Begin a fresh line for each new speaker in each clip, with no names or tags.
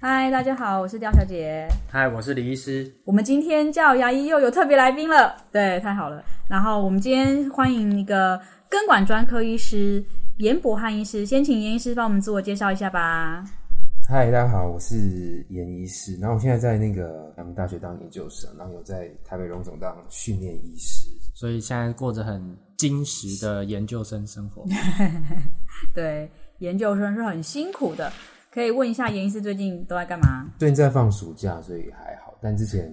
嗨，大家好，我是刁小姐。
嗨，我是李医师。
我们今天叫牙医又有特别来宾了，对，太好了。然后我们今天欢迎一个根管专科医师严博汉医师，先请严医师帮我们自我介绍一下吧。
嗨，大家好，我是严医师，然后我现在在那个阳明大学当研究生，然后有在台北荣总当训练医师。
所以现在过着很精实的研究生生活。
对，研究生是很辛苦的，可以问一下严医师最近都在干嘛？
最近在放暑假，所以还好，但之前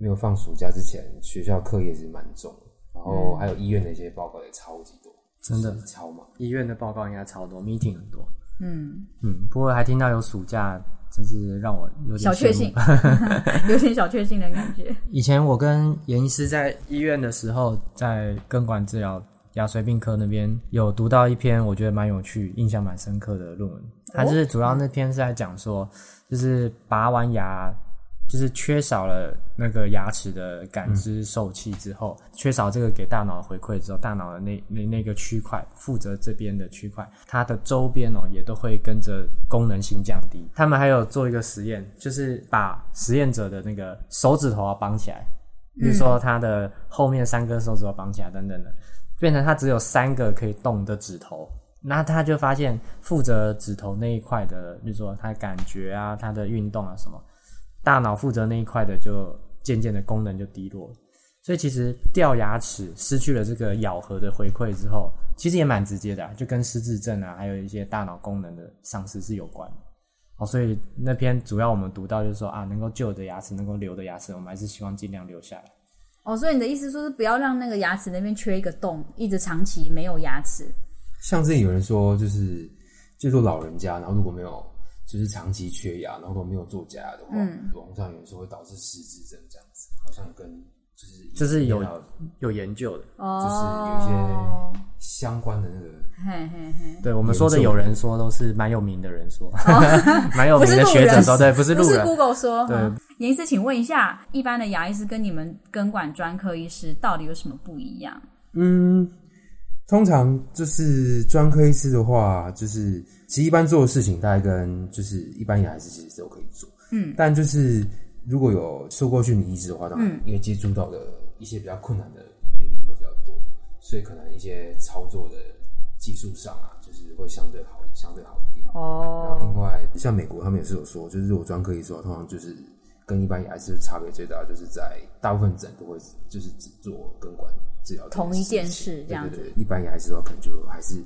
没有放暑假之前，学校课业是蛮重的，然后还有医院的一些报告也超级多，
嗯真的
就是超忙。
医院的报告应该超多，meeting 很多。
嗯，
嗯，不过还听到有暑假，真是让我有点
小确
羡慕
幸。， 有点小确幸的感觉。
以前我跟严医师在医院的时候，在根管治疗牙髓病科那边有读到一篇我觉得蛮有趣、印象蛮深刻的论文。它
哦
就是主要那篇是在讲说，就是拔完牙，就是缺少了那个牙齿的感知受器之后，缺少这个给大脑回馈之后，大脑的那那那个区块负责这边的区块，它的周边哦也都会跟着功能性降低。他们还有做一个实验，就是把实验者的那个手指头啊绑起来，比如说他的后面三根手指头绑起来等等的，变成他只有三个可以动的指头。那他就发现负责指头那一块的，比如说他感觉啊、他的运动啊什么，大脑负责那一块的就渐渐的功能就低落了。所以其实掉牙齿失去了这个咬合的回馈之后，其实也蛮直接的、啊，就跟失智症啊，还有一些大脑功能的丧失是有关的。哦，所以那篇主要我们读到就是说啊，能够救的牙齿，能够留的牙齿，我们还是希望尽量留下来。
哦，所以你的意思说是不要让那个牙齿那边缺一个洞，一直长期没有牙齿。
像之前有人说，就是就做老人家，然后如果没有就是长期缺牙，然后如果没有做假牙的话，
嗯
网上有人说会导致失智症这样子，好像跟就是
就是有
医疗
有研究的，
哦
就是有一些相关的那个。
嘿嘿嘿，
对我们说的
研究
有人说都是蛮有名的人 说，蛮有名的学者说，对，不是
不
路
是
人，
Google 说。
对
哈严医师，请问一下，一般的牙医师跟你们根管专科医师到底有什么不一样？
嗯，通常就是专科医师的话，就是其实一般做的事情，大概跟就是一般牙医师其实都可以做。
嗯，
但就是如果有受过训练医师的话，当然因为接触到的一些比较困难的领域会比较多，所以可能一些操作的技术上啊，就是会相对好，相对好一点。然后
哦，
另外，像美国他们也是有说，就是如果专科医师的话，通常就是跟一般牙医师差别最大，就是在大部分诊都会就是只做根管治疗这
同一件
事情
事这样子
对对对，一般牙医师的话，可能就还是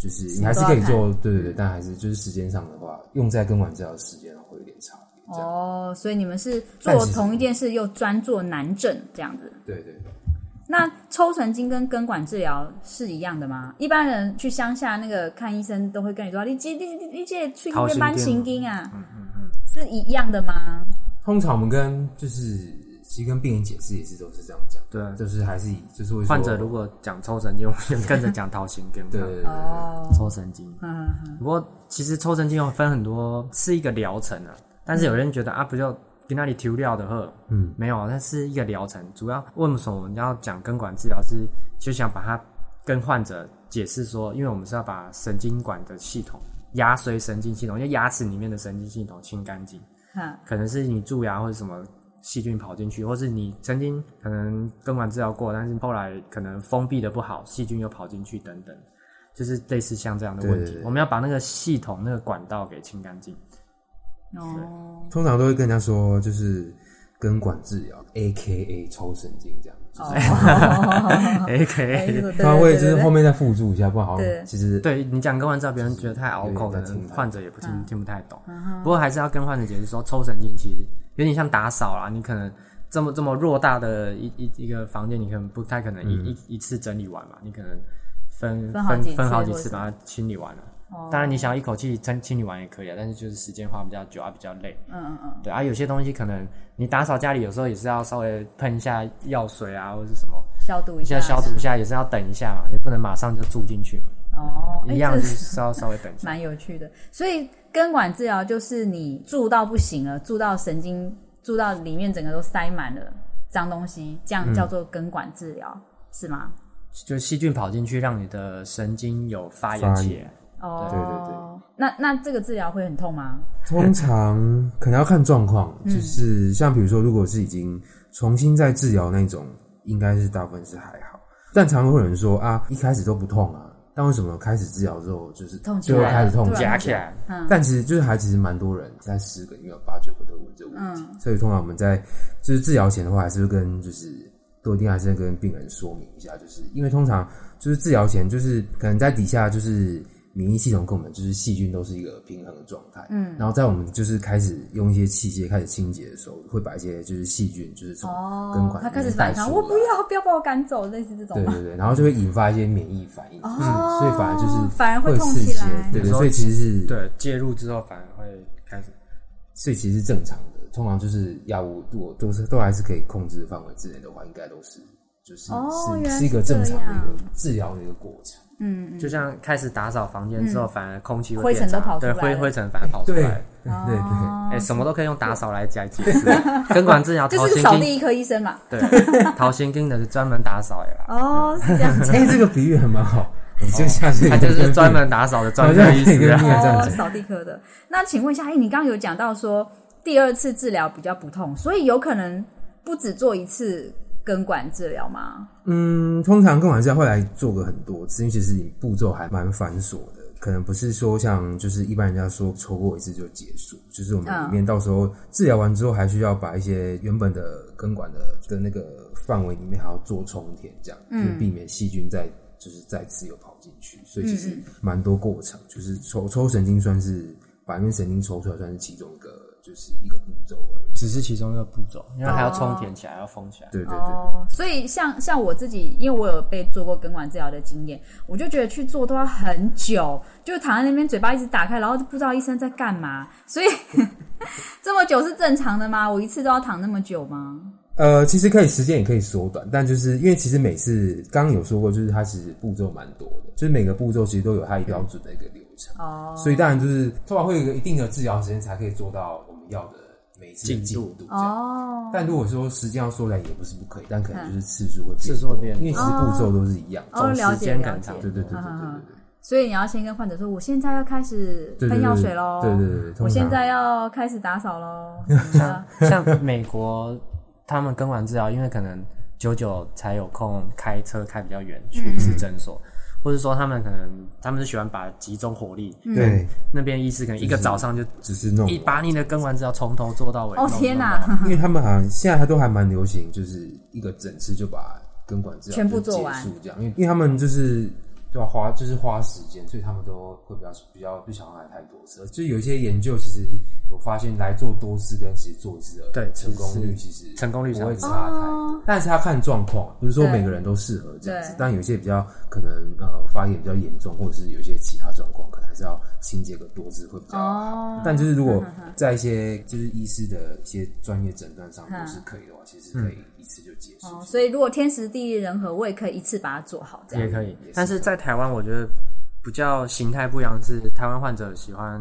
就是你还是可以做，对对对，但还是就是时间上的话，用在根管治疗的时间会有点差别。这样
哦，所以你们是
但
做
其实
同一件事又专做难症这样子。
对对对。
那抽神经跟根管治疗是一样的吗？一般人去乡下那个看医生都会跟你说，你这你你你这去那边搬行经啊，是一样的吗？
通常我们跟就是其实跟病人解释也是都是这样讲，
对
就是还是以就是会说
患者如果讲抽神经，我们就跟着讲掏心跟
对对对对
哦，
抽神经。
嗯，嗯
不过其实抽神经有分很多，是一个疗程啊。但是有人觉得啊，不就跟那里丢料的呵，
嗯，
没有啊，那是一个疗程。主要为什么我们要讲根管治疗是，就想把它跟患者解释说，因为我们是要把神经管的系统、牙髓神经系统，因为牙齿里面的神经系统清干净。
嗯
可能是你蛀牙或者什么细菌跑进去，或是你曾经可能根管治疗过，但是后来可能封闭的不好，细菌又跑进去等等，就是类似像这样的问题。
对对对
我们要把那个系统那个管道给清干净。
嗯哦，
通常都会跟人家说就是根管治疗，A K A 抽神经这样，就是
哦，
A K，
他会就是后
面
面再附注一下，不然好
对
像其实
对你讲根管治疗，别人觉得太拗口，可
有点在
能
听他
患者也不听、
嗯
听不太懂。不过还是要跟患者解释说，抽神经其实有点像打扫啦，你可能。这么这么偌大的一一一个房间，你可能不太可能
嗯
一、一一次整理完嘛，你可能分
分好几次
分好几
或者
次
是哦
把它清理完了。当然，你想要一口气清清理完也可以啊，但是就是时间花比较久啊，比较累。
嗯嗯嗯，
对啊，有些东西可能你打扫家里，有时候也是要稍微喷一下药水啊，或者是什么，
消毒一
一下
下，
消毒一下，也是要等一下嘛，也不能马上就住进去嘛。
哦，哎
一样
这
就是要稍微等一 下。
蛮有趣的。所以根管治疗就是你住到不行了，住到神经住到里面整个都塞满了脏东西，这样叫做根管治疗、是吗？
就细菌跑进去，让你的神经有发炎起来。
哦，
对对对
那那这个治疗会很痛吗？
通常可能要看状况，
嗯
就是像比如说，如果是已经重新再治疗那种，应该是大部分是还好。但常会有人说啊，一开始都不痛啊，但为什么开始治疗之后就是
痛起
就会
来
开始痛
突
起
然
来？
夹起来，
嗯
但其实就是还其实蛮多人在十个里面有八九个都有这个问题，
嗯
所以通常我们在就是治疗前的话，还是会跟就是都一定还是会跟病人说明一下，就是因为通常就是治疗前就是可能在底下就是免疫系统跟我们就是细菌都是一个平衡的状态，嗯，然后在我们就是开始用一些器械开始清洁的时候，会把一些就是细菌就是从根
哦
管，
他
里
开
面
始
带
反
出
抗，
来。
我不要，不要把我赶走，类似这种
对
吗？
对对，然后就会引发一些免疫反应，嗯，所以反而就是
哦反而会
会
痛
刺
起
激
来
的，对
有
对，
时候
所以其实是
对，介入之后反而会开始
所以其实是正常的，通常就是药物如果都是都还是可以控制的范围之内的话，应该都是就是、
哦原
是
来
是一个
是这
正常的一
样
个治疗的一个过程。
嗯，
就像开始打扫房间之后，反而空气会
灰尘
变
都
差
跑出
对，
来
灰
了
灰尘反而跑出
对
来。
对对
哦
对，
哎、什么都可以用打扫来解 解释。根管治疗
就
桃
是
心
扫
经，
地一科医生嘛。
对，桃心经的是专门打扫的啦，
哦，是这样子。
哎、这个比喻还蛮好，你就下次
他就是专门打扫的专科医师
应
啊。
该这样
哦，
讲
扫地科的。那请问一下，哎，你刚刚有讲到说第二次治疗比较不痛，所以有可能不止做一次根管治疗吗？
嗯，通常跟玩家会来做个很多次，因为其实你步骤还蛮繁琐的，可能不是说像就是一般人家说抽过一次就结束，就是我们
嗯
里面到时候治疗完之后，还需要把一些原本的根管的的那个范围里面还要做充填，这样，就是避免细菌再就是再次又跑进去，所以其实蛮多过程，就是抽抽神经算是把那边神经抽出来，算是其中一个就是一个步骤而已。
只是其中一个步骤，因为还要充填起来，还要封起来。
对对对
哦，所以像像我自己，因为我有被做过根管治疗的经验，我就觉得去做都要很久，就躺在那边嘴巴一直打开，然后就不知道医生在干嘛，所以 这么久是正常的吗？我一次都要躺那么久吗？
呃，其实可以时间也可以缩短，但就是因为其实每次刚刚有说过，就是它其实步骤蛮多的，就是每个步骤其实都有它一标准的一个流程，
哦，
所以当然就是通常会有一个一定的治疗时间才可以做到我们要的每一次的
进
进
度
度这样。
哦，
但如果说时间要缩短也不是不可以，但可能就是次数会变
次数会
多
变
因为其实
多
步骤都是一样。
哦，
总
了
时
解
间
了
感
解
长，
对对对对
嗯嗯
对
所以你要先跟患者说，我现在要开始
对对对对对对对对
喷药水喽，
对对对，
我
通
现
常
在要开始打扫嗯喽， 什么的
像美国，他们根管治疗，因为可能久久才有空开车开比较远去
嗯
一次诊所，或者说他们可能他们是喜欢把集中火力，
对，
那边医师可能一个早上就
只是弄
一把你的根管治疗从头做到尾。
哦
弄
天
弄
哪
弄
因为他们好像现在还都还蛮流行，就是一个整次就把根管治疗
全部
就
做完
结束这样，因为因为他们就是都要花就是花时间，所以他们都会比较比较不想要来太多次。就是有一些研究其实有发现，来做多次跟其实做一次的
对
成功率
其
其
实
实
成功率
不会
差
差
不
太多。但是要看状况，不是说
对
每个人都适合这样子
哦对，
但有一些比较可能呃发炎比较严重，或者是有一些其他状况，可能还是要清洁个多次会比较好。
哦，
但就是如果在一些就是医师的一些专业诊断上都是可以的话，其实可以一次就结束。
嗯哦所以如果天时地利人和，我也可以一次把它做好，这样
也可以
也是。
但是在台湾，我觉得比较形态不一样的是，台湾患者喜欢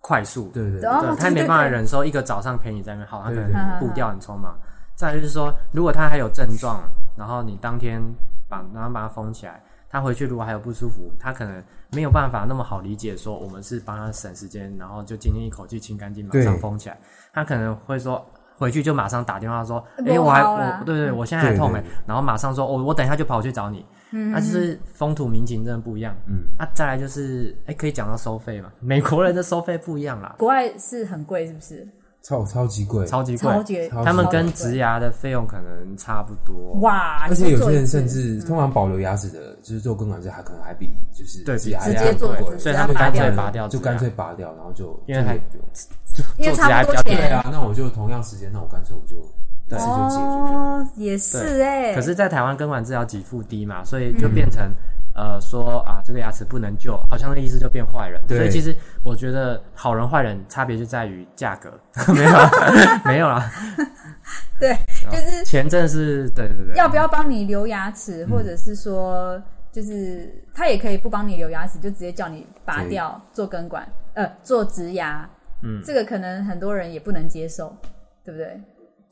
快速，
对对对
哦
对，
对
他没
对
办法
对
忍受一个早上陪你在那边耗，他可
对
能步调很匆忙。再来就是说，如果他还有症状，然后你当天把然后把它封起来，他回去如果还有不舒服，他可能没有办法那么好理解说我们是帮他省时间，然后就今天一口气清干净，马上
对
封起来，他可能会说。回去就马上打电话说，哎、
没有
我还
好啦
我对对，我现在还
对
痛哎、
对
然后马上说，我、我等一下就跑去找你。嗯，啊，就是风土民情真的不一样。嗯，啊，再来就是，哎、可以讲到收费嘛？美国人的收费不一样啦，
国外是很贵，是不是？
超超级贵，
超级
超
贵，
级，
超级
他们跟
超级贵
植牙的费用可能差不多。，
哇，
而且有些人甚
你做一次
至通常保留牙齿的，就是做根管治疗，还可能还比就是
对
植牙
直
还
接
要
做
贵
植牙
所以
直接
们
拔
干脆
掉
拔掉
就
植牙
干脆拔掉，然后就
因为还
就也不用
因为
做
差不多
指甲比较
钱
对啊，那我就同样时间，那我干脆我就一次就解决就好。
哦，也是哎，
可是，在台湾根管治疗给付低嘛，所以就变成、呃说啊，这个牙齿不能救，好像那个医师就变坏人。
对
所以其实我觉得好人坏人差别就在于价格， 没有啦啊 没有啦，
对，就是
钱真的是对对对，
要不要帮你留牙
嗯
齿，或者是说，就是他也可以不帮你留牙齿，就直接叫你拔掉做根管，呃，做植牙。嗯，这个可能很多人也不能接受，对不对？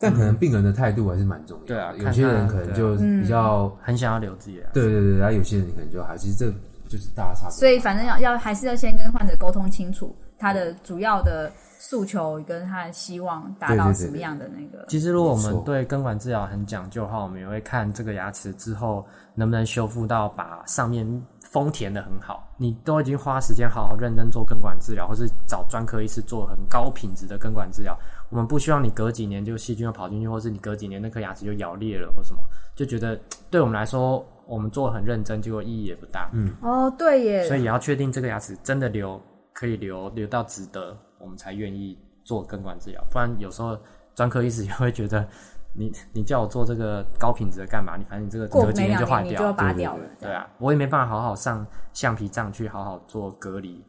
但可能病人的态度还是蛮重要的。
对啊
有些
嗯
看他
人可能就比较
很想要留自己的牙齿。
对对对，然后有些人可能就还其实这就是大家差不多。
所以反正要要还是要先跟患者沟通清楚他的主要的诉求跟他的希望达到
对对对
什么样的那个。
其实，如果我
没
们
错
对根管治疗很讲究的话，我们也会看这个牙齿之后能不能修复到把上面丰填的很好。你都已经花时间好好认真做根管治疗，或是找专科医师做很高品质的根管治疗，我们不希望你隔几年就细菌又跑进去，或是你隔几年那颗牙齿就咬裂了或什么，就觉得对我们来说，我们做得很认真，结果意义也不大。嗯，
哦，对
所
耶，
以也要确定这个牙齿真的留可以留留到值得，我们才愿意做根管治疗。不然有时候专科医师也会觉得，你你叫我做这个高品质的干嘛？你反正你这个
过
隔几
没
年
两
坏
年你就
掉
要，拔
对对
掉了
对。
这
对
样
啊，我也没办法好好上橡皮杖去好好做隔离。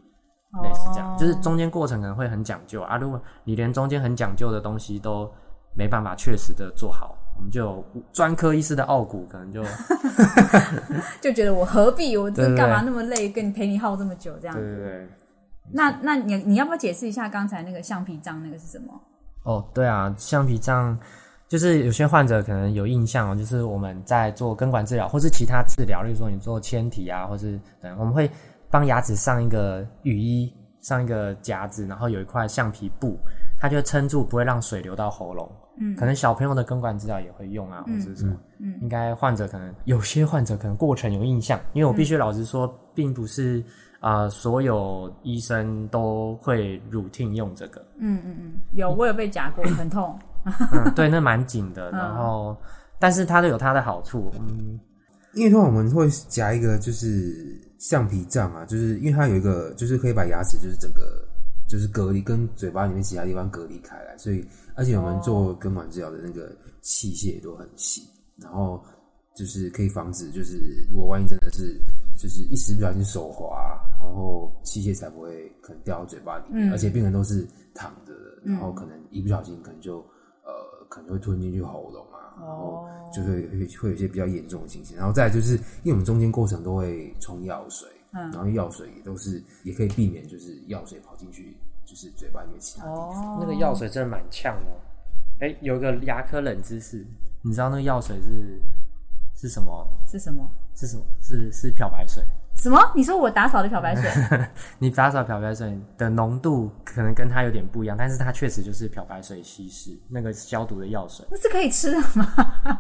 类似
哦
这样，就是中间过程可能会很讲究啊。如果你连中间很讲究的东西都没办法确实的做好，我们就有专科医师的傲骨，可 能就
就觉得我何必，我这
对对对
干嘛那么累，跟你陪你耗这么久这样
对。对对。
那那你你要不要解释一下刚才那个橡皮杖那个是什么？
哦，对啊，橡皮杖就是有些患者可能有印象哦，就是我们在做根管治疗或是其他治疗，例如说你做纤体啊，或是等，我们会帮牙齿上一个雨衣，上一个夹子，然后有一块橡皮布，它就撑住，不会让水流到喉咙。嗯，可能小朋友的根管治疗也会用啊，或者是什么。嗯，应该患者可能有些患者可能过程有印象，因为我必须老实说，并不是啊、呃所有医生都会 routine 用这个。
有，我有被夹过，很痛。
嗯，对，那蛮紧的。然后，但是它都有它的好处。嗯，
因为通常我们会夹一个就是橡皮杖啊，就是因为它有一个就是可以把牙齿就是整个就是隔离跟嘴巴里面其他地方隔离开来，所以而且我们做根管治疗的那个器械也都很细，然后就是可以防止就是如果万一真的是就是一时不小心手滑，然后器械才不会可能掉到嘴巴里面，而且病人都是躺着的，然后可能一不小心可能就呃可能会吞进去喉咙啊，然
哦
后就会会会有一些比较严重的情形。然后再来就是，因为我们中间过程都会冲药水，
嗯
然后药水也都是也可以避免就是药水跑进去就是嘴巴里面其他地方。
哦，
那个药水真的蛮呛的。哎，有一个牙科冷知识，你知道那个药水是是什么？
是什么？
是什么？是是漂白水。
什么？你说我打扫的漂白水？
你打扫漂白水的浓度可能跟它有点不一样，但是它确实就是漂白水稀释那个消毒的药水。
那是可以吃的吗？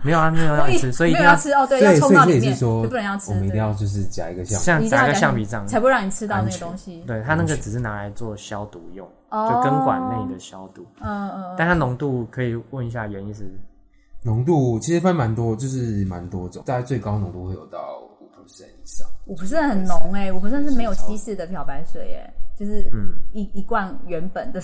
没有啊，没有要你吃，所以一
没
定
有
要
要吃哦，对，
所
要
以所
冲
以
到
这
里
也是
面，
说，
就不能要吃，
我们一定
对
要就是夹一个像
像
你一定要
夹个
夹
橡皮杖。
才不会让你吃到那
安
个
全
东西。
对，它那个只是拿来做消毒用，就根管内的消毒。哦嗯嗯。但它浓度可以问一下严医师，
浓度，其实分蛮多，就是蛮多种，大概最高浓度会有到五 percent 以上。
五 p 是很浓哎、欸，五 p 是没有稀释的漂白水哎、就是
嗯
一、一罐原本的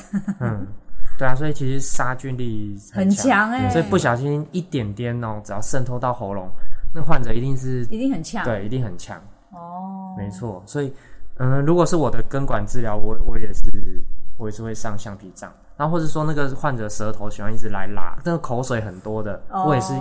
对啊，所以其实杀菌力
很
嗯强，
强哎、
所以不小心一点点哦，只要渗透到喉咙，那患者一定是
一定很强。
对，一定很强，
哦，
没错。所以，嗯，如果是我的根管治疗，我我也是我也是会上橡皮杖，然后或者说那个患者舌头喜欢一直来拉，那个口水很多的，
哦
我也是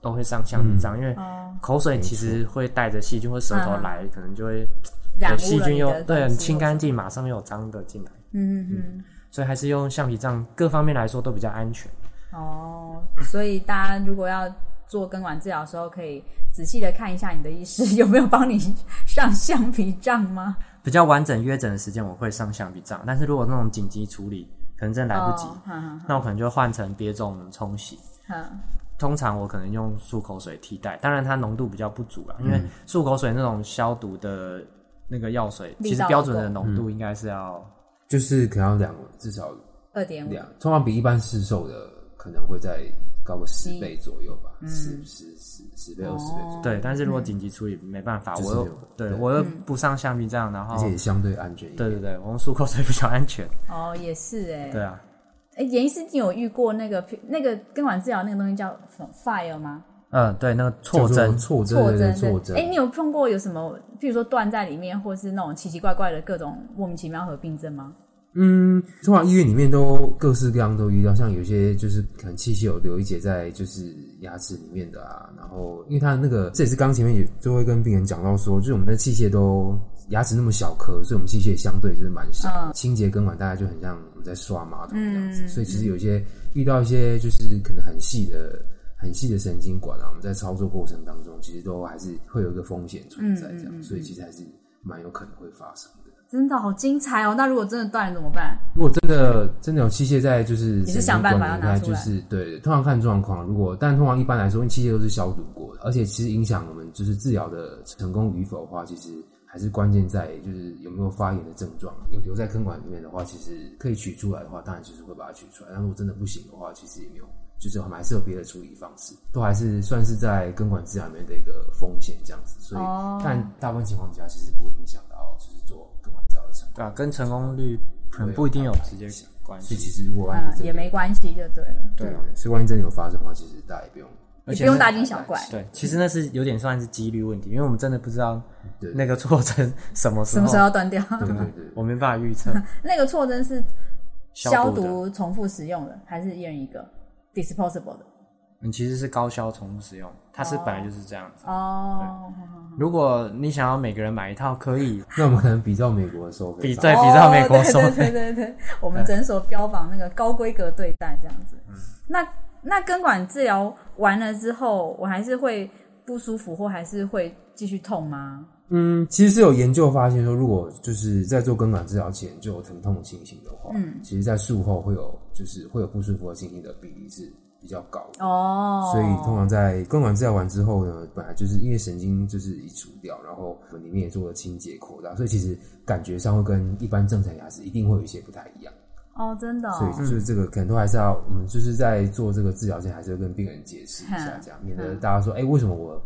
都会上橡皮杖，因为口水其实会带着细菌或舌头来，可能就会
嗯染
有
污
细
了
菌
你
又
的
对
东
很
西
清干净，马上又有脏的进来，
嗯嗯
所以还是用橡皮杖，各方面来说都比较安全。
嗯，哦，所以大家如果要做根管治疗的时候，可以仔细的看一下你的医师有没有帮你上橡皮杖吗？
比较完整约诊的时间，我会上橡皮杖，但是如果那种紧急处理，可能真的来不及，
哦嗯
那我可能就换成别种冲洗。
嗯
通常我可能用漱口水替代，当然它浓度比较不足啦，啊因为漱口水那种消毒的那个药水，
力道
其实标准的浓度应该是要
就是可能要两至少
二点五
啊
两，通常比一般市售的可能会再高个十倍左右吧，
嗯
十十十十倍二十倍左右，
哦
对，但是如果紧急处理没办法，
就是
我又
有
对
对
我又不上橡皮杖，然
而
后
且也相对安全一
对
点。
对对，我用漱口水比较安全，
哦，也是哎、
对啊，
哎，严医师，你有遇过那个那个根管治疗那个东西叫 fire 吗？
嗯，对，那个
叫
错
做
针，
错针，
错
对对
针，
对错针。
哎，你有碰过有什么，譬如说断在里面，或是那种奇奇怪怪的各种莫名其妙合并症吗？
嗯，通常医院里面都各式各样都遇到，像有些就是可能器械有留一节在就是牙齿里面的啊，然后因为它那个这也是刚前面也就会跟病人讲到说，就是我们的器械都牙齿那么小颗，所以我们器械相对就是蛮小的，清洁根管大概就很像我们在刷马桶那样子，所以其实有些遇到一些就是可能很细的。很细的神经管啊，我们在操作过程当中，其实都还是会有一个风险存在，这样，所以其实还是蛮有可能会发生的。
真的好精彩哦！那如果真的断了怎么办？
如果真的真的有器械在，就是你
是想办法要拿出
就
来
是对，通常看状况。如果但通常一般来说，因为器械都是消毒过的，而且其实影响我们就是治疗的成功与否的话，其实还是关键在就是有没有发炎的症状。有留在根管里面的话，其实可以取出来的话，当然就是会把它取出来。但如果真的不行的话，其实也没有，就是我们还是有别的处理方式，都还是算是在根管治疗里面的一个风险这样子。所以，
哦
但大部分情况下其实不会影响到就是做根管治疗的成功。
对啊，跟成功率可能不一定有直接关
所以其
系。
实如果万一
嗯
真，的
也没关系就对了，
对
对
啊，
所以万一真的有发生的话，其实大家也不用
也
而
不
且
用
是
大惊小怪。
对，其实那是有点算是几率问题，因为我们真的不知道
对
那个错针什么时
什么
候
时候要断掉？
对
啊
对对，
我没办法预测
那个错针是消
毒的，
毒重复使用的，还是一人一个 disposable 的？
嗯，其实是高消重复使用，它是本来就是这样子。
哦，
如果你想要每个人买一套，可以
那我们可能比照美国的收费，
比对比照美国收
哦
费
对对对对对，我们诊所标榜那个高规格对待这样子。
嗯
那那根管治疗完了之后，我还是会不舒服，或还是会继续痛吗？
嗯，其实是有研究发现说，如果就是在做根管治疗前就有疼痛的情形的话，嗯，其实在术后会有就是会有不舒服的情形的比例是比较高的。
哦，
所以通
啊
常在根管治疗完之后呢，本来就是因为神经就是移除掉，然后我们里面也做了清洁扩大，所以其实感觉上会跟一般正常牙齿一定会有一些不太一样。
哦，真的、
所以
哦，
就是这个可能都还是要，我们就是在做这个治疗前，还是要跟病人解释一下，
嗯
这样免得大家说，哎、为什么我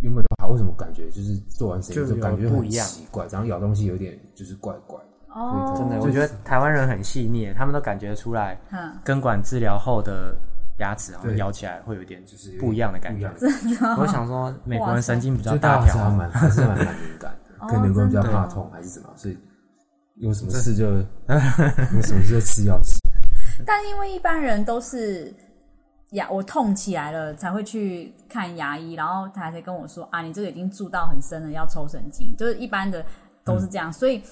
原本都好，为什么感觉就是做完神经之
就
后
有
感觉
不
很
一样
奇怪，然后咬东西有点就是怪怪的，
哦，
真的，
就
我
是
觉得台湾人很细腻，他们都感觉出来
嗯，
根管治疗后的牙齿好像
对
咬起来会有点
就是有点
不一样的感觉。
不一样
我想说，美国
哇
人
塞
神经比较
就大
大
家还是还
条，啊
蛮还是蛮蛮敏感的，可能有人比较
哦真的
怕痛还是怎么样，所以有什么事 就有什么事就吃药吃。
但因为一般人都是牙我痛起来了才会去看牙医，然后他才跟我说啊，你这个已经蛀到很深了，要抽神经，就是一般的都是这
嗯
样，所以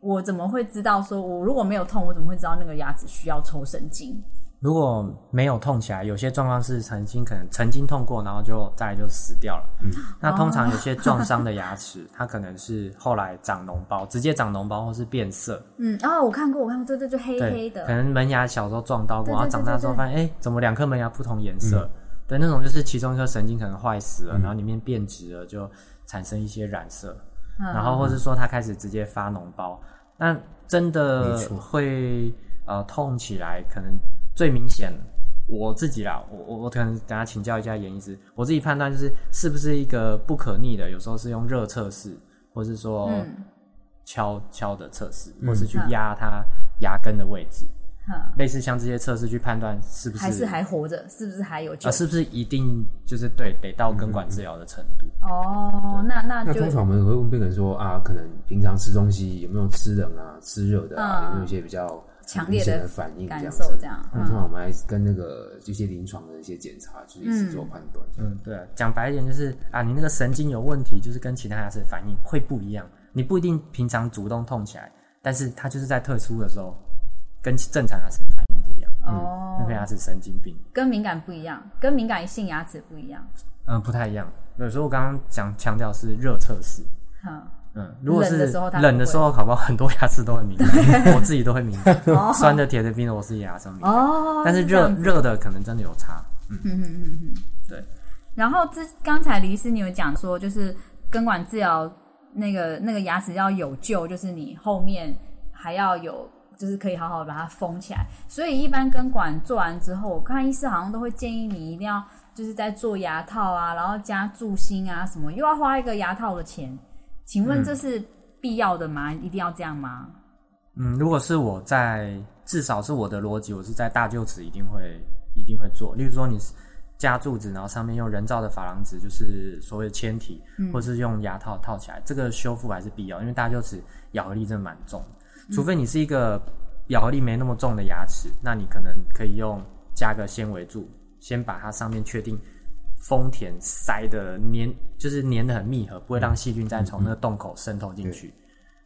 我怎么会知道说我如果没有痛，我怎么会知道那个牙齿需要抽神经？
如果没有痛起来，有些状况是曾经可能曾经痛过，然后就再来就死掉了。嗯，那通常有些撞伤的牙齿，它可能是后来长脓包，直接长脿包或是变色。
嗯，哦，我看过，我看过，对对，就黑黑
对，
的
可，能门牙小时候撞到
对
过，
对
然后长大之后发现，哎，怎么两颗门牙不同颜
嗯
色？对，那种就是其中一颗神经可能坏死了，然后里面变质了，就产生一些染色，
嗯
然后或是说它开始直接发脓包。那真
没
的
错
会呃痛起来，可能最明显。我自己啦，我我我可能等下请教一下严医师，我自己判断就是是不是一个不可逆的，有时候是用热测试，或是说
嗯
敲敲的测试，或是去压它牙根的位置，
哼，
类似像这些测试去判断是不
嗯
是
还是还活着，是不是还有救
啊？是不是一定就是对得到根管治疗的程度？
哦，那那
那
就
通常我们会问病人说啊，可能平常吃东西有没有吃冷啊、吃热的
嗯
啊，有没有一些比较
强
明
烈
显
的
的反应这
感
样
受
子嗯
这。样，
那通常我们还是跟那个一些临床的一些检查，就是一起做判断。
嗯，对啊、讲白一点就是啊，你那个神经有问题，就是跟其他牙齿反应会不一样，你不一定平常主动痛起来，但是它就是在特殊的时候跟正常牙齿反应不一样，
哦
嗯
那，颗牙齿神经病。
跟敏感不一样，跟敏感性牙齿不一样，
嗯，不太一样。有时候我刚刚讲强调是热测试，
哼。
嗯，如果是
冷的时候它不会
冷的时候，搞不好很多牙齿都很敏感， 我自己都会敏感，酸的、甜的、冰的，我自己牙齿都敏感。
哦，
但是
这
热
样子
热的可能真的有差，
然后之刚才李医师你有讲说，就是根管治疗那个那个牙齿要有救，就是你后面还要有，就是可以好好把它封起来。所以一般根管做完之后，我看医师好像都会建议你一定要就是在做牙套啊，然后加注芯啊什么，又要花一个牙套的钱。请问这是必要的吗？一定要这样吗？
嗯，如果是我在，至少是我的逻辑，我是在大臼齿一定会一定会做。例如说你是加柱子，然后上面用人造的珐琅质，就是所谓的纤体，
嗯
或是用牙套套起来，这个修复还是必要，因为大臼齿咬合力真的蛮重的，除非你是一个咬合力没那么重的牙齿，那你可能可以用加个纤维柱，先把它上面确定。封填塞的粘，就是粘的很密合，不会让细菌再从那个洞口渗透进去。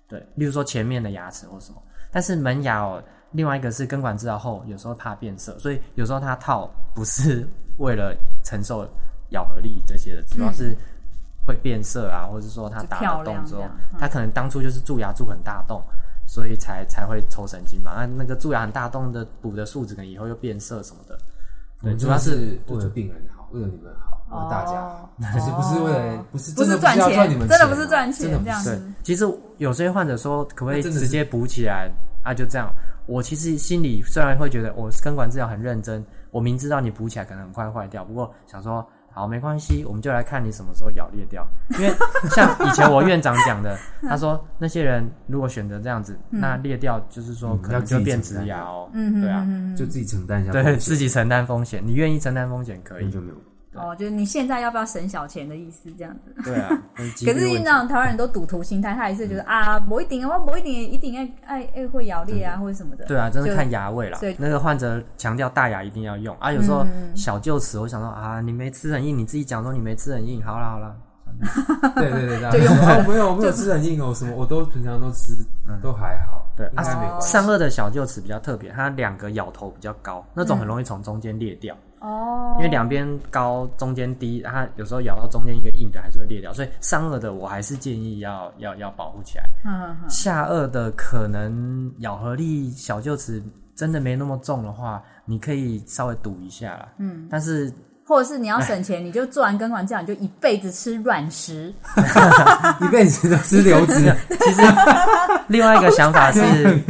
对，例如说前面的牙齿或什么，但是门牙哦，另外一个是根管治疗后，有时候怕变色，所以有时候它套不是为了承受咬合力这些的，主要是会变色啊，或者说它
就
打
漂
了
亮
洞之
这
后
样，
它可能当初就是蛀牙蛀很大洞，所以才才会抽神经嘛。那那个蛀牙很大洞的补的树脂可能以后又变色什么的。对，主要
是
是
为了病人好，为了你们好，为了大家
哦
好，可是不是为了不是
不
真
是
的不
赚
是要
钱
赚你，们
真的
钱
不是
啊
赚
真的
钱
不
这样
对
子。，
其实有些患者说可不可以
那真的
直接补起来啊？就这样。我其实心里虽然会觉得我根管治疗很认真，我明知道你补起来可能很快坏掉，不过想说好没关系，我们就来看你什么时候咬裂掉。因为 像以前我院长 讲的，
嗯
他说那些人如果选择这样子，那裂掉就是说
嗯
可
要
能
自己
就变
承
植
担
牙哦。
嗯
对啊，
就自己承担一下风
对
险，嗯
自己承担风险，你愿意承担风险可
那
以。
就没有。
哦，就是你现在要不要省小钱的意思，这样子。
对啊，可
可是你知道台湾人都赌徒心态，他也是觉得啊，某一点啊，我某一点一定爱爱爱会咬裂啊，或者什么的。
嗯对啊，真的
就
看牙位啦
所以。嗯
那个患者强调大牙一定要用啊，有时候小臼齿，我想说啊，你没吃很硬，你自己讲说你没吃很硬，好啦好啦，
对对对，
就
对
用
啊没有我没有吃很硬哦，什么我都平常都吃，都还好，
嗯对
应该没
啊
关系。
上颚的小臼齿比较特别，它两个咬头比较高，那
嗯
种很容易从中间裂掉，
哦，
因为两边高中间低，它有时候咬到中间一个硬的还是会裂掉，所以上颚的我还是建议要要要保护起来。
嗯嗯
下颚的可能咬合力小臼齿真的没那么重的话，你可以稍微赌一下啦。嗯，但是
或者是你要省钱，你就做完根管治疗，你就一辈子吃软 食。
一辈子都吃流质，
其实另外一个 想法是，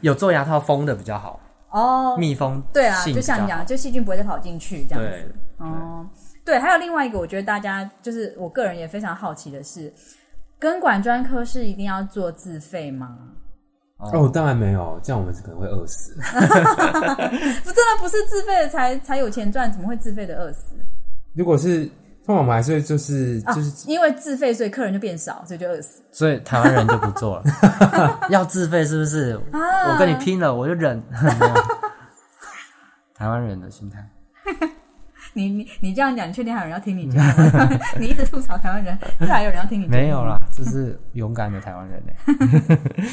有做牙套封的比较好，
哦，
密封
对啊，
性
就
比较
像你
好
讲，就细菌不会再跑进去这样子
对。
哦，对，还有另外一个，我觉得大家就是我个人也非常好奇的是，根管专科是一定要做自费吗？
哦，当然没有，这样我们可能会饿死。
不，真的不是自费的才才有钱赚，怎么会自费的饿死？
如果是，通常我们还是会就是
啊
就是，
因为自费，所以客人就变少，所以就饿死。
所以台湾人就不做了， 要自费是不是？
啊
我跟你拼了，我 就忍。台湾人的心态，
你你你这样讲，你确定还有人要听你节目 吗？你一直吐槽台湾人，是还有人要听你节目
没有啦，这是勇敢的台湾人呢。欸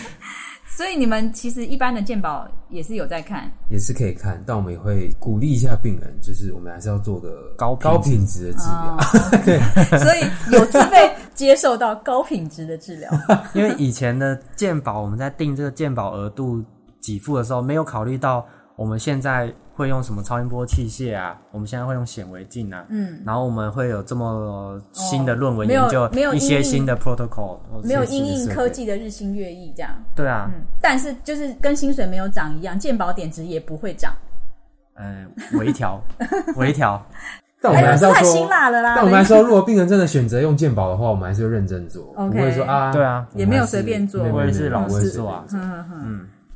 所以你们其实一般的健保也是有在 看，
也是可以看，但我们也会鼓励一下病人，就是我们还是要做个
高品质
高品质的治疗。
啊所以有自费接受到高品质的 治疗。
因为以前的健保，我们在定这个健保额度给付的时候，没有考虑到我们现在会用什么超音波器械啊，我们现在会用显微镜啊，嗯，然后我们会有这么新的论文
没有
研究，
哦没有
一些
因应
新的 protocol，或者是
没有
新
因
的
应
设
科
备，
技的日新月异这样，
对啊，
但是就是跟薪水没有涨一样，健保点值也不会涨。
嗯，微调，微调，
但我们还是要
哎呀太
说
辛，辣了啦！
但我们还是要，如果病人真的选择用健保的话，我们还是会认真做，不
OK
会说啊，
对啊
我们还是
也没有随便做
没有没有
我也是
没有
老
我也
实
是
做啊
随便做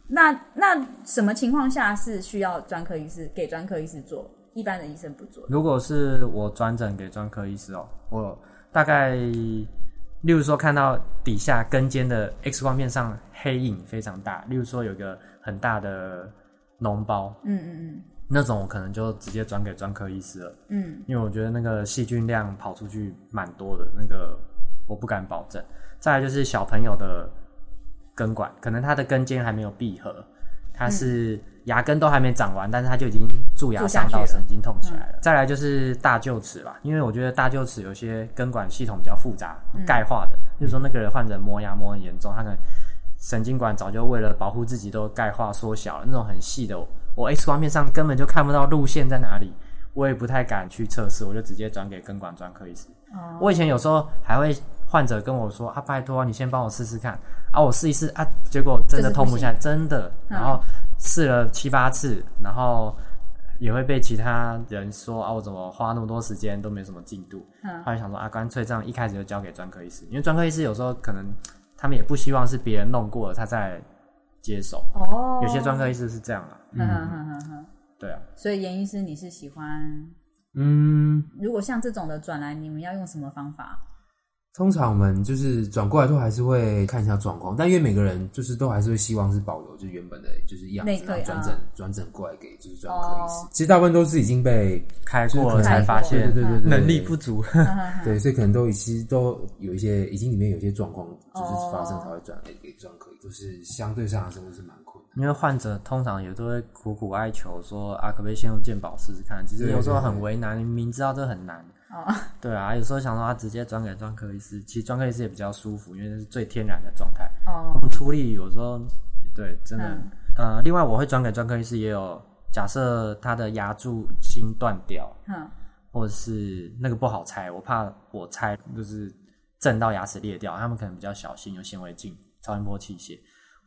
那那什么情况下是需要专科医师给专科医师做，一般的医生不做？
如果是我转诊给专科医师哦，我大概，例如说看到底下根尖的 X 光片上黑影非常大，例如说有一个很大的脓包，
嗯嗯嗯，
那种我可能就直接转给专科医师了。
嗯，
因为我觉得那个细菌量跑出去蛮多的，那个我不敢保证。再来就是小朋友的根管，可能他的根尖还没有闭合，他是牙根都还没长完，但是他就已经蛀牙
蛀下
伤
去
到
了嗯
神经痛起来了。再来就是大臼齿吧，因为我觉得大臼齿有些根管系统比较复杂，
嗯
钙化的，就是说那个人患者磨牙磨很严重，他可能神经管早就为了保护自己都钙化缩小了，那种很细的，我 X 光片上根本就看不到路线在哪里，我也不太敢去测试，我就直接转给根管专科医师。我以前有时候还会患者跟我说啊，拜托你先帮我试试看啊，我试一试啊，结果真的痛不下来，真的，
嗯
然后试了七八次，然后也会被其他人说啊，我怎么花那么多时间都没什么进度。
嗯
后来想说啊，干脆这样一开始就交给专科医师，因为专科医师有时候可能他们也不希望是别人弄过了他再接手，
哦，
有些专科医师是这样啊，
嗯哼哼哼哼，
对啊，
所以严医师你是喜欢，
嗯，
如果像这种的转来，你们要用什么方法？
通常我们就是转过来都还是会看一下状况，但因为每个人就是都还是会希望是保留就是原本的就是样子，
内科
然后转
啊
诊转诊过来给就是专科医师。
哦
其实大部分都是已经被
开
就是
过
可
了
能
才发
对
现
对对对对
能力不足，
嗯
对，所以可能都其实都有一些已经里面有一些状况
哦
就是发生才会转给给专科，就是相对上来说是蛮困难。
因为患者通常也都会苦苦哀求说啊，可不可以先用健保试试看？其实有时候很为难，明知道这很难，
哦，
对啊，有时候想说他直接转给专科医师，其实专科医师也比较舒服，因为那是最天然的状态。我
哦，
们处理有时候对真的、
嗯
呃，另外我会转给专科医师，也有假设他的牙柱芯断掉，
哼，
或者是那个不好拆，我怕我拆就是震到牙齿裂掉，他们可能比较小心，有显微镜、超音波器械，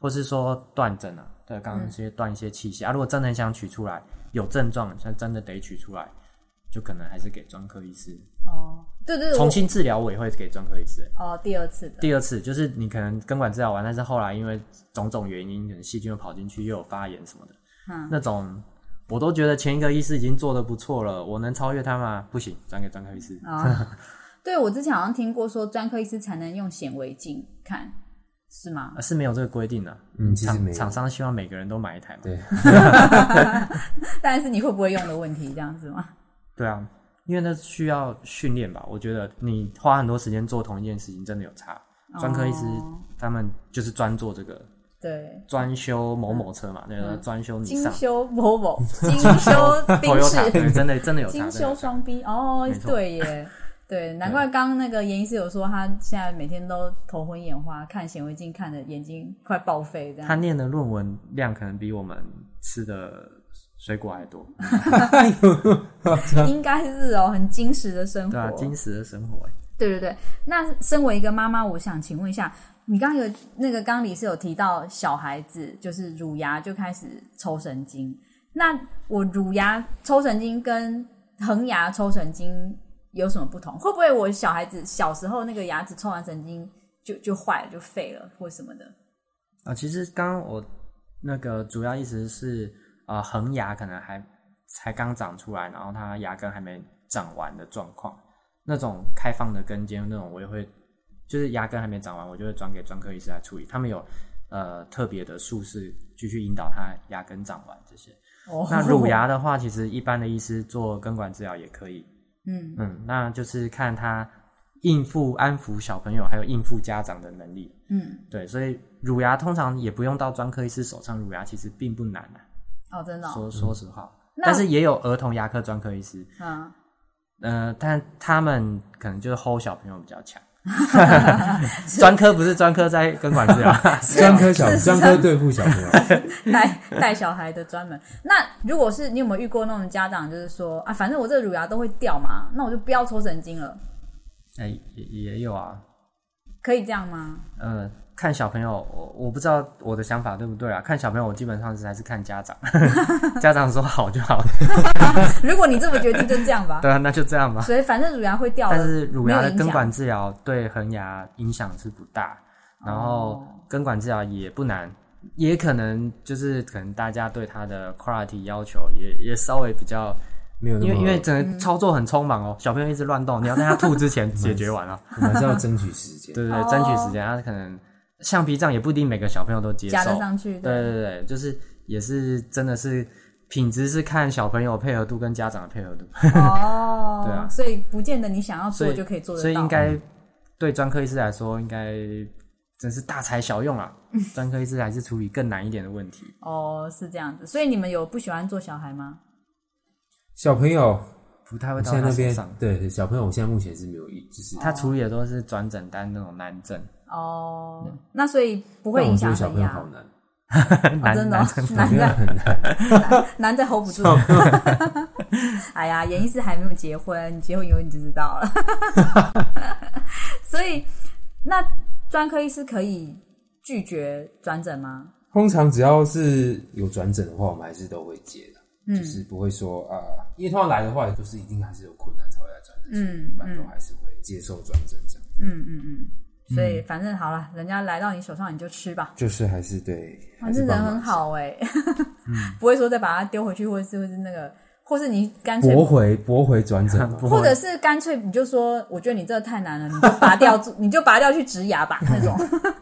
或是说断针啊，对，刚
嗯
刚那些断一些器械、啊，如果真的很想取出来，有症状，那真的得取出来，就可能还是给专科医师
哦，对对对，
重
我
新治疗，我也会给专科医师。
哦，第二次的，
第二次就是你可能根管治疗完，但是后来因为种种原因，可能细菌又跑进去，又有发炎什么的，
嗯
那种我都觉得前一个医师已经做的不错了，我能超越他吗？不行，转给专科医师。
哦，对我之前好像听过说专科医师才能用显微镜看，是吗？
啊，是没有这个规定的、
嗯其实没
厂
有
厂商希望每个人都买一台嘛。
对
但是你会不会用的问题，这样子 吗？
对啊，因为那需要训练吧。我觉得你花很多时间做同一件事情，真的有差。专科医师
哦
他们就是专做这个，
对，
专修某某车嘛，那个专修
嗯
你
精
上
修 Volvo，精修宾
Toyota，对，
士，
真的真的有差。
精
真的
修
有差
双 B，哦
没，错
对耶。对，难怪刚刚那个严医师有说，他现在每天都头昏眼花，看显微镜看的眼睛快报废这样
他。念的论文量可能比我们吃的水果还多，
哦应该是哦，很精实的生活。
嗯对啊，金石的生活欸、
对对对那身为一个妈妈，我想请问一下，你刚刚有那个刚里是有提到小孩子就是乳牙就开始抽神经，那我乳牙抽神经跟恒牙抽神经有什么不同？会不会我小孩子小时候那个牙齿抽完神经就就坏了，就废了或什么的？
啊，其实刚刚我那个主要意思是啊、呃恒牙可能还才刚长出来，然后它牙根还没长完的状况，那种开放的根尖那种，我也会就是牙根还没长完，我就会转给专科医师来处理，他们有呃特别的术式继续引导它牙根长完这些。
哦
那乳，牙的话，其实一般的医师做根管治疗也可以，
嗯，
嗯，那就是看他应付安抚小朋友，还有应付家长的能力。
嗯，
对，所以乳牙通常也不用到专科医师手上，乳牙其实并不难啊。
哦，真的、哦，
说说实话，
那
但是也有儿童牙科专科医师，
嗯，
呃，但他们可能就是 hold 小朋友比较 强。专科不是专科在根管 治疗，
专科小
是是
专科对付小朋友，
带带小孩的专门。那如果是你有没有遇过那种家长，就是说啊，反正我这个乳牙都会掉嘛，那我就不要抽神经了，
哎、也也有啊，
可以这样吗？
呃，看小朋友，我我不知道我的想法对不对啊？看小朋友，我基本上是还是看家长， 家长说好就好，
如果你这么决定，就这样吧。
对啊，那就这样 吧。
所以反正乳牙会掉了，
但是乳牙的根
没有影
管治疗对恒牙影响是不大，然
哦
后根管治疗也不难，也可能就是可能大家对它的 quality 要求也也稍微比较，
没有那
因
么
为因为整个
嗯
操作很匆忙哦，小朋友一直乱动，你要在他吐之前解决 完啊，
我们还是要争取时间。
对对
哦
对，争取时间，他可能橡皮杖也不一定每个小朋友都接
夹
受
得，哦上去，
对对对，就是也是真的是品质是看小朋友配合度跟家长的配合度。
哦，
对啊
所以不见得你想要
所
做
以
就可以做得到，
所以应该
嗯
对专科医师来说，应该真是大材小用啊。
嗯
专科医师还是处理更难一点的问题。
哦是这样子。所以你们有不喜欢做小孩吗？
小朋友
不太会
我
到
现在
他
那
手
边
上，
对对小朋友，我现在目前是没有意，就是
他处理的都是转诊单那种难症，
哦，那所以不会
但我
影响
觉得小
恒
朋友
牙，
好
哦
难，
难
真的哦
难 症。
难
小
在
朋友很难。
难在 hold 不住。 哎呀，严医师还没有结婚，你结婚以后你就知道了。 所以，那专科医师可以拒绝转诊吗？
通常只要是有转诊的话，我们还是都会接的，
嗯
就是不会说啊，因为通常来的话，也都是一定还是有困难才会来转诊，所以
嗯
一般都还是会接受转诊这样。
嗯嗯嗯。所以反正好了，人家来到你手上你就吃吧。
就是还是对，还
反
是
哦正人
帮忙嗯
很好哎、 不会说再把它丢回去，或者是或是那个，或是你干脆
驳回驳回转诊 嘛
不
或
会
者是干脆你就说，我觉得你这个太难了，你就拔掉， 你就拔掉去植牙吧，那种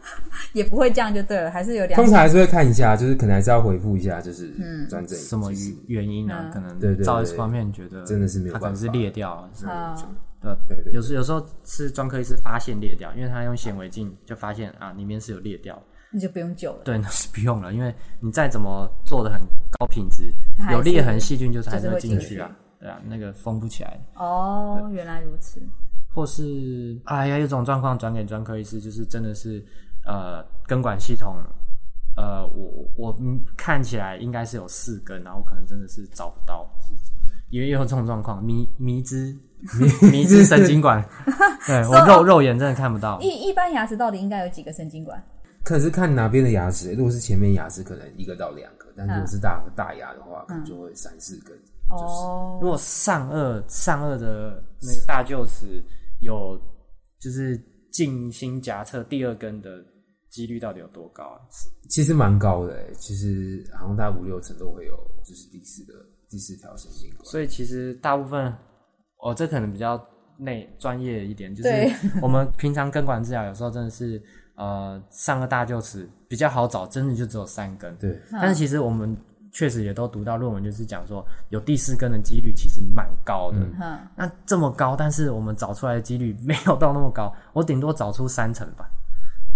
也不会这样就对了，还是有两
通常还是会看一下，就是可能还是要回复一下，就是
嗯
转诊
什么
就是
原因啊？可
对对
能
对
照 X 光片觉得
真的是没有
他可能是
办法
裂掉了，是吧
啊。
对
对对对
有时有时候是专科医师发现裂掉，因为他用显微镜就发现啊里面是有裂掉的，
你就不用救了，
对，那 是不用了，因为你再怎么做的很高品质
它还，是
有裂痕细菌就是
就
还
是
是
会
会
进
进
去
去啊。对啊，那个缝不起来，
哦，原来如此。
或是哎呀，有种状况转给专科医师，就是真的是呃根管系统，呃我我嗯看起来应该是有四根，然后可能真的是找不到，也也有这种状况，迷迷之 迷迷之神经管，对我
So-
肉肉眼真的看不到，
一一般牙齿到底应该有几个神经管？
可能是看哪边的牙齿，如果是前面牙齿，可能一个到两个；但如果是大大牙的
嗯
话，可能就会三四根。就是
哦，
如果上颚上颚的那个大臼齿有就是近心夹侧第二根的几率到底有多高啊？
其实蛮高的、欸，其实好像大概五六层都会有，就是第四个第四条神经管。
所以其实大部分，哦，这可能比较内专业一点，就是
对
我们平常根管治疗有时候真的是，呃，上个大臼齿比较好找，真的就只有三根。
对，
嗯
但是其实我们确实也都读到论文，就是讲说有第四根的几率其实蛮高的。
嗯
哼，
那这么高，但是我们找出来的几率没有到那么高，我顶多找出三成吧。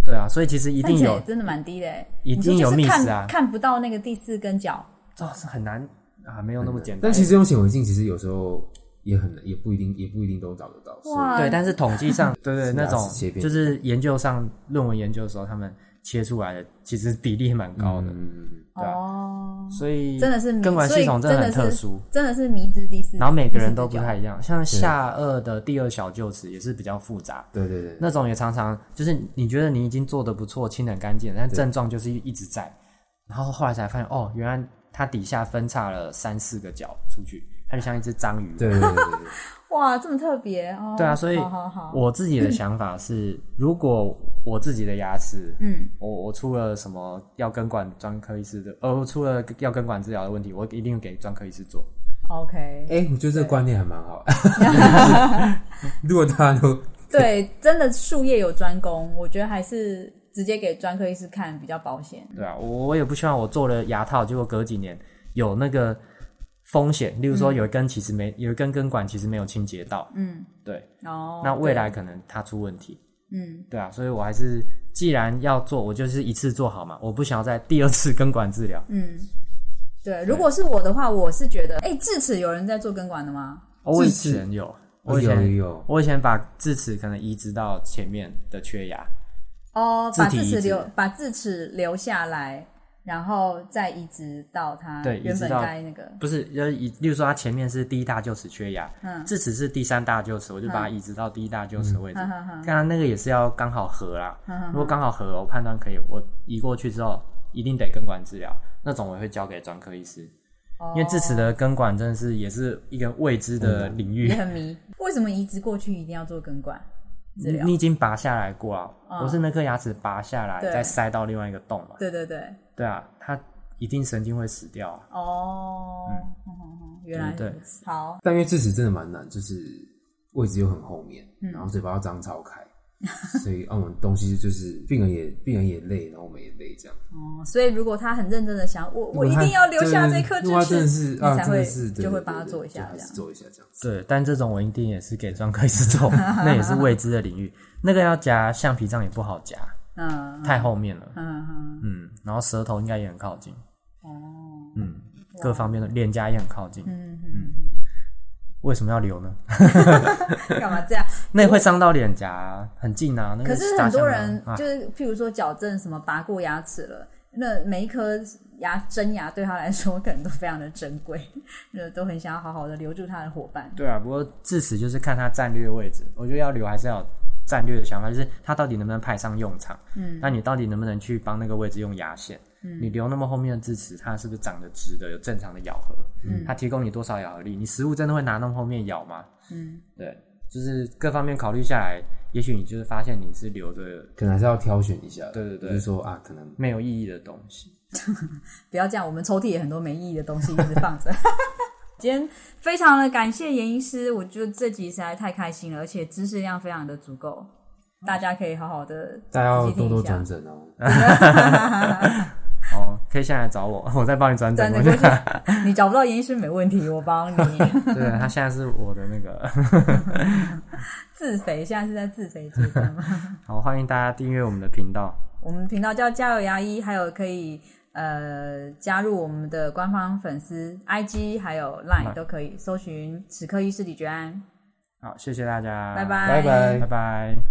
对啊，所以其实一
看
定
起来
有
也，真的蛮低的欸，
一定
你说就是
有 miss
看
啊
看不到那个第四根脚。
这、哦是很难啊，没有那么简单。
但其实用显微镜，其实有时候也很也不一定也不一定都找得到。所以
哇
对，但是统计 上，对对，
是
那
牙齿
种
切片
就是研究上论文研究的时候，他们切出来的其实比例还蛮高的，
嗯，
对啊
哦，
所以
真的是迷
根管系统
所
真
以
的很
真
特
的是
殊，
真的是迷之第四。
然后每个人
第四
都
只
不
脚
太一样，像下颚的第二小臼齿也是比较复杂。
对对对，
那种也常常就是你觉得你已经做的不错，清的干净了，但症状就是一直在，然后后来才发现哦，原来它底下分叉了三四个角出去，它就像一只章鱼。
对对对对对，
哇，这么特别哦。
对啊，所以
好好好，
我自己的想法是，如果我自己的牙齿
嗯，
我我出了什么要根管专科医师的，呃，我出了要根管治疗的问题，我一定给专科医师做。
OK，
哎、我觉得这个观念还蛮 好。如果大家都
对，真的术业有专攻，我觉得还是直接给专科医师看比较保险。
对啊，我我也不希望我做了牙套，结果隔几年有那个风险，例如说有一根其实没、有一根根管其实没有清洁到，
嗯，
对，
哦，
那未来可能它出问题，
对嗯，
对啊，所以我还是既然要做，我就是一次做好嘛，我不想要再第二次根管治
嗯
疗。
对，如果是我的话，我是觉得，哎，智齿有人在做根管的吗？
哦我以
智齿
前有，
哦
我
有
以前
有有，
我以前把智齿可能移植到前面的缺牙，
哦，把
自体
智
移
齿
植
留，把智齿留下来，然后再移植到它
对移
原
植
本
到
该那个，
不是，就是以，例如说，它前面是第一大臼齿缺牙，
嗯
智齿是第三大臼齿，我就把它移植到第一大臼齿的位置。
哈哈哈，
当然，那个也是要刚好合啦。
嗯嗯嗯
如果刚好合，我判断可以，我移过去之后一定得根管治疗，那种我会交给专科医师，
哦
因为智齿的根管真的是也是一个未知的领域
也。很迷，为什么移植过去一定要做根管治
你
疗？
你已经拔下来过啊，
嗯
我是那颗牙齿拔下来，
对
再塞到另外一个洞嘛。
对对对，
对啊，它一定神经会死掉啊。
哦，嗯哼哼原来
对
如此，好，
但因为智齿真的蛮难，就是位置又很后面，
嗯
然后嘴巴要张超开， 所以啊，我们东西就是病人也病人也累，然后我们也累这样。
哦，所以如果他很认真的想，我 我一
如果他
定要留下这颗智
如果他真的
齿，
是
你
啊，
才
真
会
的是对
就会
对
帮他
对
做
对
一下
就还
这
是
样
做一下这样子。
对，但这种我一定也是给专科医师做，那也是未知的领域。那个要夹橡皮杖也不好夹，
嗯
太后面了。
嗯嗯，
嗯，然后舌头应该也很靠近，
哦，
嗯，各方面的脸颊也很靠近。
嗯嗯，
为什么要留呢？
嗯干嘛这样？
那会伤到脸颊啊，很近啊。
嗯
那个
可是
大
很
象
多
啊
人
啊
就是，譬如说矫正什么拔过牙齿了，那每一颗牙真牙对他来说可能都非常的珍贵， 那都很想要好好的留住他的伙伴。
对啊，不过至此就是看他战略位置，我觉得要留还是要有战略的想法，就是他到底能不能派上用场。嗯，那你到底能不能去帮那个位置用牙线？嗯，你留那么后面的智齿，它是不是长得直的，有正常的咬合？嗯，它提供你多少咬合力？你食物真的会拿那么后面咬吗？
嗯，
对，就是各方面考虑下来，也许你就是发现你是留着
可能还是要挑选一下，
对对对
就是说啊，可能
没有意义的东西。
不要这样，我们抽屉也很多没意义的东西一直放着。 今天非常的感谢严医师，我觉得这集实在太开心了，而且知识量非常的足够，大家可以好好的
大家要
仔细听
多
一
多
下
转诊哦。
哦，可以下来找我， 我再帮你转诊
转。诊过去，你找不到严医师没问题，我帮你
对，他现在是我的那个。
自肥，现在是在自肥阶段吗？
好，欢迎大家订阅我们的频道。
我们频道叫加油牙医，还有可以呃加入我们的官方粉丝 IG 还有 Line 都可以搜寻“此刻医师李觉安
好，谢谢大”，家，
拜
拜拜
拜拜。